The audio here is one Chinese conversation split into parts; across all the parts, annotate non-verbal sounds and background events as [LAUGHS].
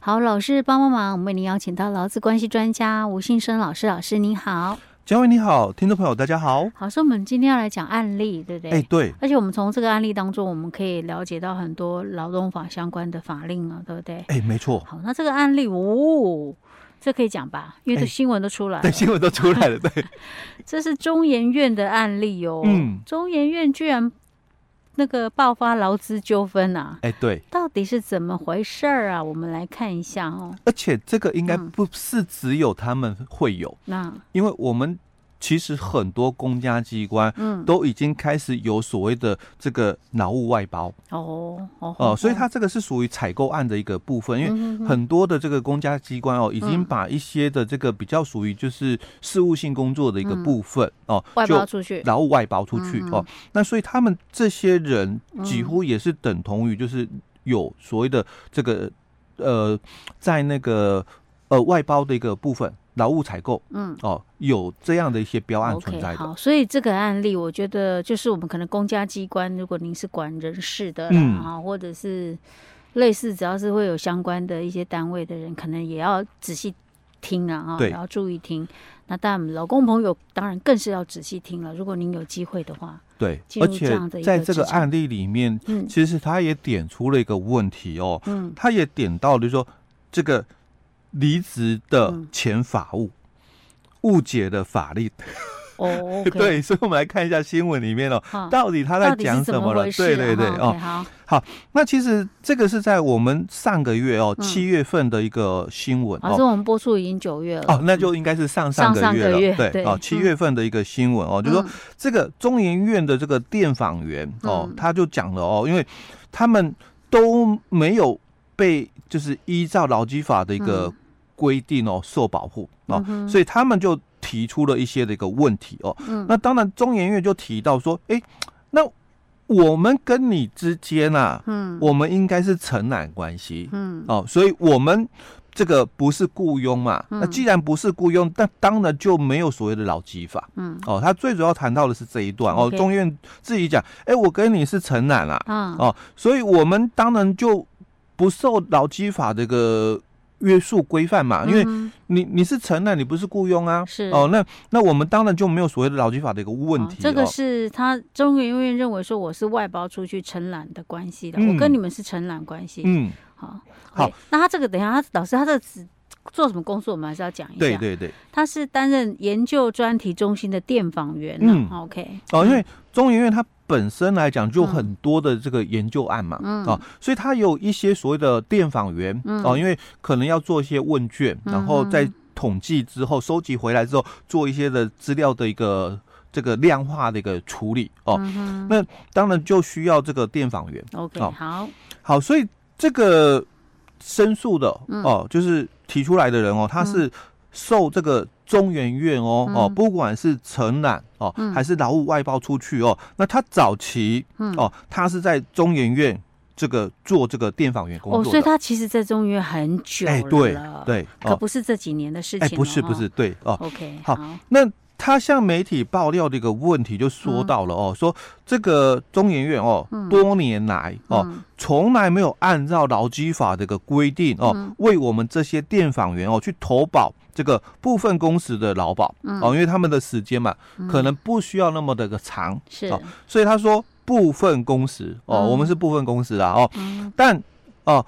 好，老师帮帮忙，我们为您邀请到劳资关系专家吴信生老师，老师您好。嘉伟你好，听众朋友大家好。好，所以我们今天要来讲案例，对不对？哎、对，而且我们从这个案例当中，我们可以了解到很多劳动法相关的法令啊，对不对？哎、没错，好，那这个案例，哦，这可以讲吧？因为这哎新闻都出来了，对，新闻都出来了，对，这是中研院的案例 [LAUGHS] 哦。嗯中研院居然那个爆发劳资纠纷啊，哎、对，到底是怎么回事儿啊？我们来看一下哦。而且这个应该嗯不是只有他们会有，那因为我们其实很多公家机关嗯，都已经开始有所谓的这个劳务外包哦哦哦、所以它这个是属于采购案的一个部嗯分，因为。为很多的这个公家机关哦，已经嗯把一些的这个比较属于就是事务性工作的一个嗯部分哦，外就包出去，劳务外包出去、嗯嗯哦。那所以他们这些人嗯几乎也是等同于就是有所谓的这个呃，在那个呃外包的一个部分劳务采购嗯。哦，有这样的一些标案存 OK，在的。好，所以这个案例，我觉得就是我们可能公家机关，如果您是管人事的啦，嗯啊、或者是类似，只要是会有相关的一些单位的人，可能也要仔细听啊，啊，对也要注意听。那当然，老公朋友当然更是要仔细听了。如果您有机会的话，对，进入而这且样的一个在这个职场案例里面，嗯其实他也点出了一个问题哦，嗯他也点到了就是说这个离职的嗯前法务。误解的法律，哦，OK， [LAUGHS] 对，所以我们来看一下新闻里面哦，哈，到底他在到底讲是什怎了？回事、啊？对对对，哈哦， ，OK，好，那其实这个是在我们上个月哦，嗯七月份的一个新闻老师，哦。我们播出已经九月了，嗯哦，那就应该是上上个上月个了，月对对哦，七月份的一个新闻哦，就说嗯这个中研院的这个电访员哦嗯，他就讲了哦，因为他们都没有被就是依照劳基法的一个嗯规定哦受保护哦嗯，哼所以他们就提出了一些的一个问题哦，嗯那当然中研院就提到说，哎，那我们跟你之间啊，嗯我们应该是承揽关系嗯哦，所以我们这个不是雇佣嘛。嗯那既然不是雇佣，那当然就没有所谓的劳基法嗯哦。他最主要谈到的是这一段哦 OK，中院自己讲，哎，我跟你是承揽啦、啊哦，所以我们当然就不受劳基法这个约束规范嘛，因为嗯你你是承揽，你不是雇佣啊。是哦，那那我们当然就没有所谓的劳基法的一个问好题、哦这个是他中研院认为说我是外包出去承揽的关系的，我嗯跟你们是承揽关系。嗯，好，好 OK，那他这个等一下，他老师他这只做什么工作，我们还是要讲一下。对，对对。他是担任研究专题中心的电访员、啊。嗯 OK，哦，因为中研院它本身来讲就很多的这个研究案嘛，嗯哦，所以它有一些所谓的电访员，嗯哦，因为可能要做一些问卷，然后再统计之后收集回来之后，做一些的资料的一个这个量化的一个处理，哦，嗯那当然就需要这个电访员。 OK，好好，好，所以这个申诉的嗯哦，就是提出来的人哦，他是受这个中研院哦、哦，嗯不管是承揽哦，嗯还是劳务外包出去哦，那他早期、嗯哦，他是在中研院这个做这个电访员工哦，作所以的，他其实在中研院很久了，哎、对对可哦，不是这几年的事情、哎、了不是不是对哦，哦，OK，好好那他向媒体爆料的一个问题就说到了哦，说这个中研院哦，嗯多年来哦，嗯从来没有按照劳基法的一个规定哦，嗯为我们这些电访员哦去投保这个部分工时的劳保、嗯哦，因为他们的时间嘛，嗯可能不需要那么的个长，是，好所以他说部分工时哦，嗯我们是部分工时啊哦，嗯，但哦，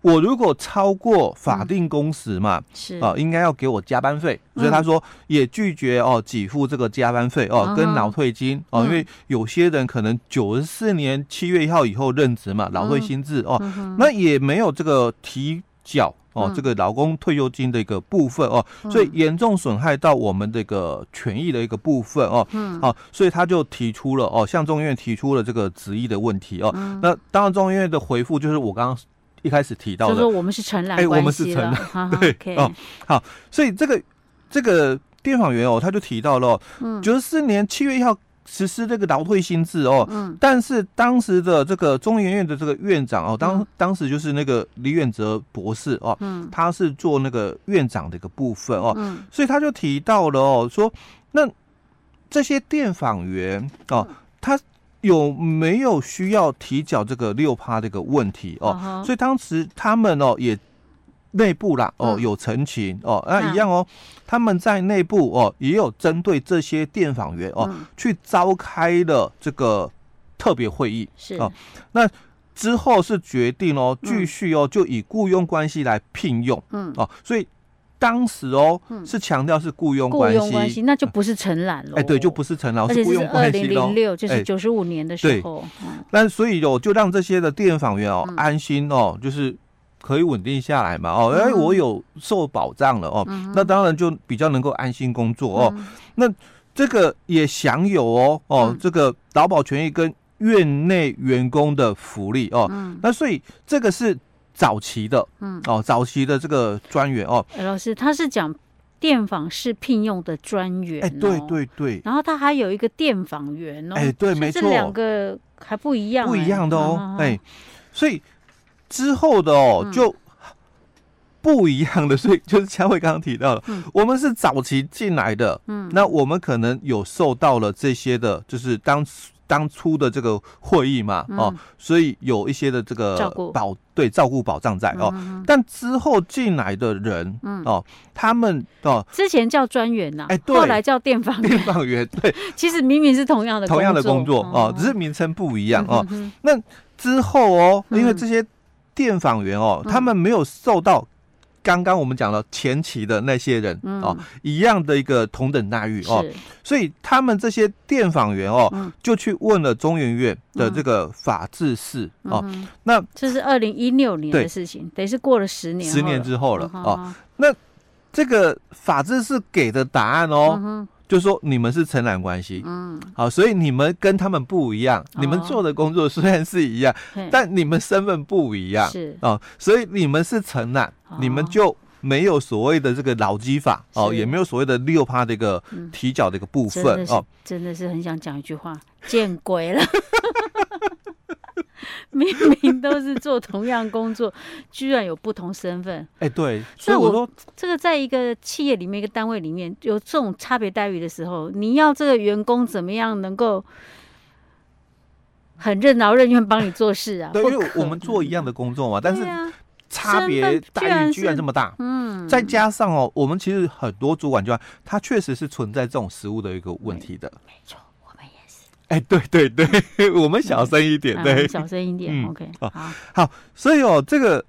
我如果超过法定工时嘛，是嗯哦，应该要给我加班费，所以他说也拒绝哦给付这个加班费哦嗯跟哼劳退金哦，因为有些人可能九十四年七月一号以后任职嘛，劳退嗯薪资哦，嗯哼那也没有这个提缴哦嗯这个劳工退休金的一个部分哦，所以严重损害到我们这个权益的一个部分哦，嗯，好，所以他就提出了哦，向众议院提出了这个质疑的问题哦，嗯那当然众议院的回复就是我刚刚一开始提到就的说，我们是承揽哎我关们是系承了，揽哈哈对 OK，哦所以这个这个电访员哦，他就提到了哦嗯九十四年七月一号实施这个劳退新制哦，嗯但是当时的这个中研院的这个院长哦，当、嗯当时就是那个李远哲博士哦，嗯他是做那个院长的一个部分哦，嗯所以他就提到了哦，说那这些电访员哦，嗯他有没有需要提缴这个六趴这个问题哦？哦所以当时他们哦也内部啦，哦，嗯有陈情哦，那嗯一样哦，他们在内部哦，也有针对这些电访员哦，嗯去召开了这个特别会议是哦之后是决定哦，嗯继续哦，就以雇佣关系来聘用嗯，哦，所以当时哦嗯是强调是雇佣雇关佣关系系，那就不是承揽了，哎，对，就不是陈老而是且雇是佣二关系零零喽。六，就是哎九十五年的时对候，嗯但所以有就让这些的电访员哦嗯安心哦，就是可以稳定下来嘛哦，哎，我有受保障了哦，嗯那当然就比较能够安心工作哦。，这个也享有哦哦、嗯这个劳保权益跟院内员工的福利哦。嗯，那所以这个是早期的，嗯哦，早期的这个专员哦，哎老师他是讲电访是聘用的专员，哦哎、对，对对，然后他还有一个电访员哦，哎对所以没这错两个还不一样哎，不一样的哦嗯，哎、，所以之后的哦、嗯就。不一样的， [LAUGHS] 所以就是佳慧刚刚提到了，嗯我们是早期进来的，嗯那我们可能有受到了这些的，就是当当初的这个会议嘛，哦嗯，所以有一些的这个照顾保对照顾保障在哦，但之后进来的人，嗯哦，他们 [LAUGHS] 哦，之前叫专员呐哎，对后来叫电访员电，访员对其实明明是同样的同样的工作哦，只是是名称不一样哦。，嗯之后哦，嗯因为这些电访员哦，嗯他们没有受到。刚刚我们讲了前期的那些人嗯哦，一样的一个同等待遇哦，是所以他们这些电访员哦，嗯就去问了中研院的这个法制室、哦，嗯哼那这是二零一六年的对事情，等于是过了十年，十年之后了嗯哦，，这个法制室给的答案哦，嗯哼就说你们是承揽关系，嗯，好，所以你们跟他们不一样，你们哦做的工作虽然是一样，嗯嘿但你们身份不一样是哦，所以你们是承揽，你们哦就。没有所谓的这个劳基法哦，是也没有所谓的六趴的一个嗯提缴的一个部真分的是、哦，真的是很想讲一句话， [LAUGHS] 见鬼了！ [LAUGHS] 明明都是做同样工作，居然有不同身份，哎对，所以我我说这个在一个企业里面、一个单位里面有这种差别待遇的时候，你要这个员工怎么样能够很任劳任怨帮你做事啊？对，不因为可我们做一样的工作嘛，能，但是对啊，差别身份居待然遇是居然这么大，嗯，再加上哦，我们其实很多主管就他确实是存在这种食物的一个问题的。没错，我们也是，哎，对对对， [LAUGHS] 我们小声一点，啊对。小声一点、嗯 o k 哦好，所以哦，这个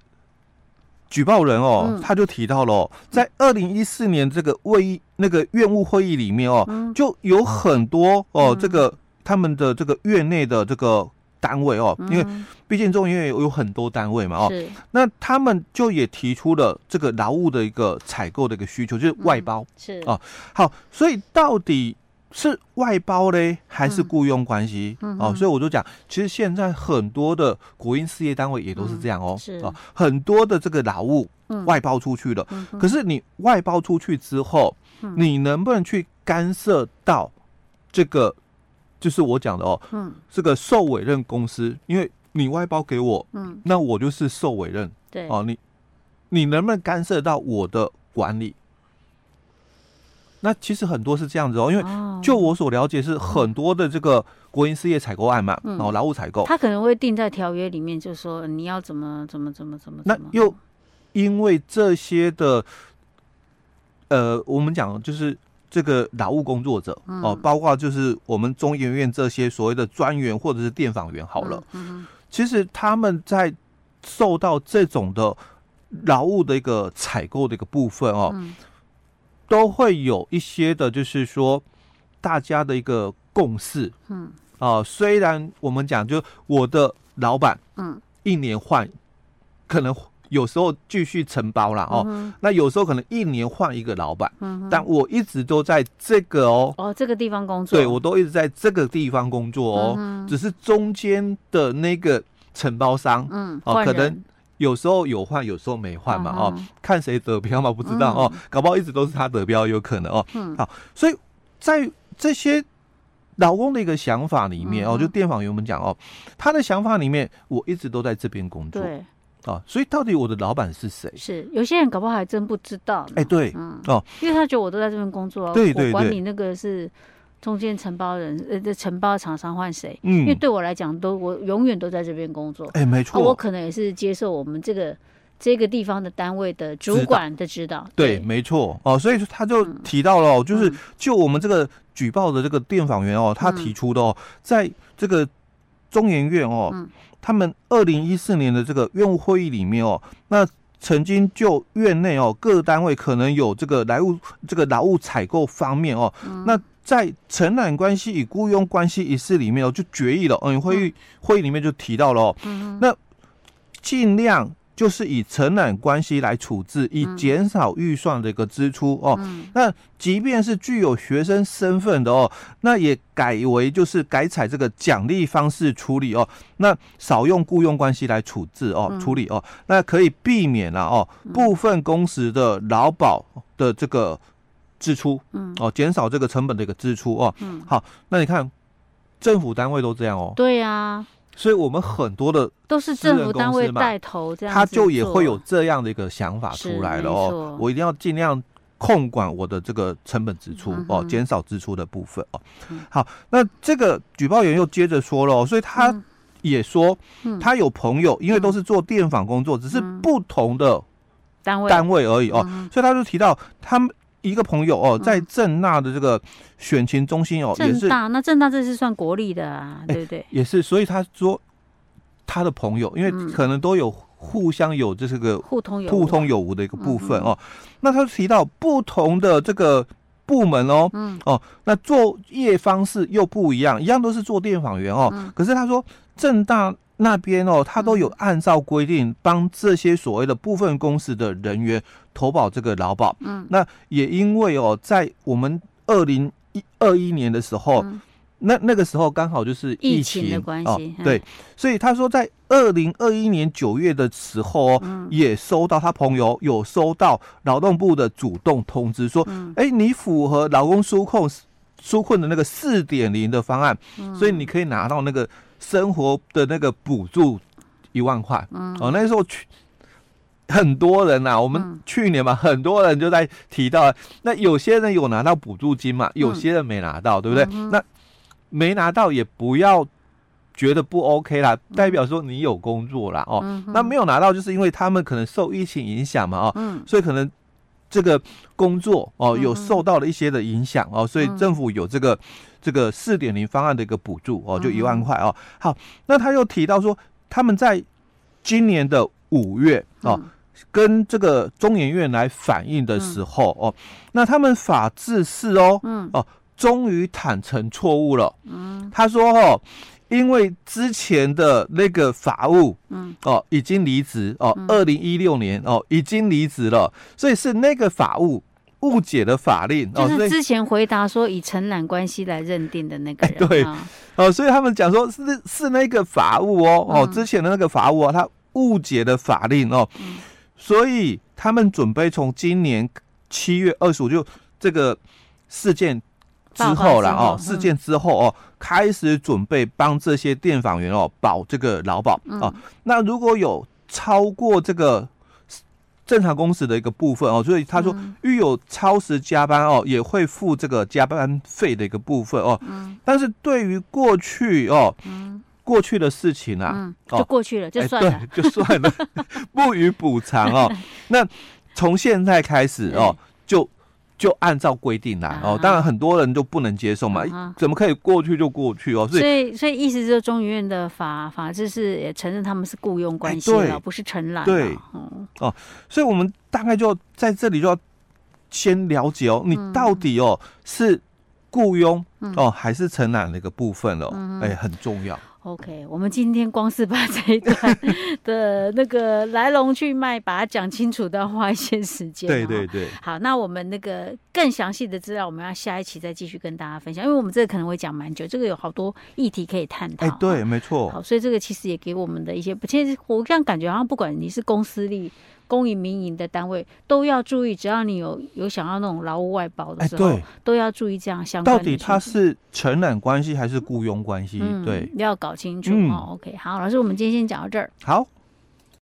举报人哦嗯，他就提到了哦，在二零一四年这个会议那个院务会议里面哦，嗯就有很多哦嗯，这个他们的这个院内的这个单位哦，因为嗯毕竟中医院有很多单位嘛哦，是那他们就也提出了这个劳务的一个采购的一个需求，嗯就是外包。是哦好，所以到底是外包嘞，还是嗯雇佣关系？嗯哦哼，所以我就讲，其实现在很多的国营事业单位也都是这样哦，嗯是哦，很多的这个劳务嗯外包出去了，嗯哼可是你外包出去之后，嗯你能不能去干涉到这个？就是我讲的哦，嗯这个受委任公司，因为你外包给我，嗯，那我就是受委任对，哦，你你能不能干涉到我的管理？那其实很多是这样子哦，因为哦就我所了解是很多的这个国营事业采购案嘛，嗯哦，劳务采购，他可能会定在条约里面，就说你要怎么怎么怎么怎么。那怎么又因为这些的，呃，我们讲就是这个劳务工作者嗯哦，包括就是我们中研院这些所谓的专员或者是电访员好了，，嗯嗯其实他们在受到这种的劳务的一个采购的一个部分哦，嗯都会有一些的，就是说大家的一个共识嗯啊、虽然我们讲，就我的老板嗯一年换，可能有时候继续承包啦哦，嗯那有时候可能一年换一个老板，嗯哼但我一直都在这个哦，哦，这个地方工作，对我都一直在这个地方工作哦，嗯哼只是中间的那个承包商嗯，哦换可人能有时候有换，有时候没换嘛，哦，，嗯看谁得标嘛，不知道、哦，搞不好一直都是他得标，有可能哦。嗯好，所以在这些老公的一个想法里面、嗯哦，哼就电访员我们讲哦，他的想法里面，我一直都在这边工作对，啊，所以到底我的老板是谁？是有些人搞不好还真不知道呢，哎，对，嗯哦，因为他觉得我都在这边工作啊，对我对管对你那个是中间承包人，呃，这承包厂商换谁？因为嗯，对我来讲，都我永远都在这边工作，哎，没啊，我错，可能也是接受我们这个这个地方的单位的主管的指导。对，没错哦，所以说他就提到了哦、就是就我们这个举报的这个电访员哦，他提出的哦，在这个中研院哦，嗯他们二零一四年的这个院务会议里面哦，那曾经就院内哦各单位可能有这个来务这个劳务采购方面哦，那在承揽关系与雇佣关系一事里面哦，就决议了，嗯，会议会议里面就提到了哦，那尽量。就是以承揽关系来处置，以减少预算的一个支出哦。那即便是具有学生身份的哦，那也改为就是改采这个奖励方式处理哦。那少用雇佣关系来处置哦，处理哦，那可以避免了、哦部分工时的劳保的这个支出，嗯，哦，减少这个成本的一个支出哦。嗯，好，那你看政府单位都这样哦，对啊，所以我们很多的都是私人政府单公位司嘛带头这样子他做，就也会有这样的一个想法出来了是没哦错，我一定要尽量控管我的这个成本支出嗯哦哼，嗯减少支出的部分哦。好，那这个举报员又接着说了、哦，所以他嗯也说嗯他有朋友，因为都是做电访工作，只是不同的单位单位而已哦，嗯所以他就提到他们一个朋友哦，在正大的这个选情中心哦，也正是哎大那正大这是算国立的啊，对不对？也是，所以他说他的朋友，因为嗯可能都有互相有这是个互通有嗯呃互无通有无的一个部分哦。那他提到不同的这个部门哦，嗯哦，那作业方式又不一样，一样都是做电访员哦，嗯可是他说正大。那边哦，他都有按照规定帮这些所谓的部分公司的人员投保这个劳保。嗯，那也因为哦，在我们二零一二一年的时候，嗯那那个时候刚好就是疫情情的关哦系，嗯对，所以他说，在二零二一年九月的时候哦，嗯也收到他朋友有收到劳动部的主动通知，说，嗯哎、你符合劳工纾控纾困的那个四点零的方案，嗯所以你可以拿到那个生活的那个补助一万块。嗯哦，那时候去。很多人呐、啊我们去年嘛，很多人就在提到，那有些人有拿到补助金嘛，有些人没拿到，对不对？那没拿到也不要觉得不 OK 啦，代表说你有工作啦哦。那没有拿到，就是因为他们可能受疫情影响嘛哦，嗯所以可能这个工作哦有受到了一些的影响哦，所以政府有这个这个四点零方案的一个补助哦，就一万块哦。好，那他又提到说，他们在今年的五月哦。跟这个中研院来反映的时候、哦，那他们法制是哦，嗯哦，终于坦诚错误了。嗯，他说哦，因为之前的那个法务，嗯，哦，已经离职哦，二零一六年哦，已经离职了，所以是那个法务误解了法令哦，就所是以哎之前回答说以承揽关系来认定的那个人，对啊，哦，所以他们讲说是是那个法务哦，哦，嗯之前的那个法务哦，他误解了法令哦，嗯所以他们准备从今年七月二十五就这个事件之后啦，爆发之后哦，嗯事件之后哦，开始准备帮这些电访员哦保这个劳保嗯哦。那如果有超过这个正常工时的一个部分哦，所以他说嗯遇有超时加班哦，也会付这个加班费的一个部分哦。但是对于过去哦，过去的事情啊，嗯，哦就过去了，就哎，算了，对，就 [LAUGHS] 算了，不予补偿哦。那从现在开始哦，就就按照规定来啊哦。当然，很多人就不能接受嘛啊哈，怎么可以过去就过去哦？所以所以，所以意思就是中研院的法法制是也承认他们是雇佣关系哎了，对不是承揽了。对嗯所以我们大概就在这里就要先了解哦，嗯你到底哦是雇佣哦还是承揽的一个部分哦，嗯哎，很重要。 ，OK，我们今天光是把这一段 [LAUGHS] 的那个来龙去脉把它讲清楚，都要花一些时间。啊对对。对，好，那我们那个更详细的资料，我们要下一期再继续跟大家分享，因为我们这个可能会讲蛮久，这个有好多议题可以探讨。啊哎，对，。没错，好，所以这个其实也给我们的一些，其实我这样感觉好像不管你是公私立、公营、民营的单位，都要注意，只要你有有想要那种劳务外包的哎，时候，对，都要注意这样相关到的底讯息。他是承揽关系还是雇佣关系？嗯对，要搞清楚、嗯哦。OK，好，老师，我们今天先讲到这儿。好，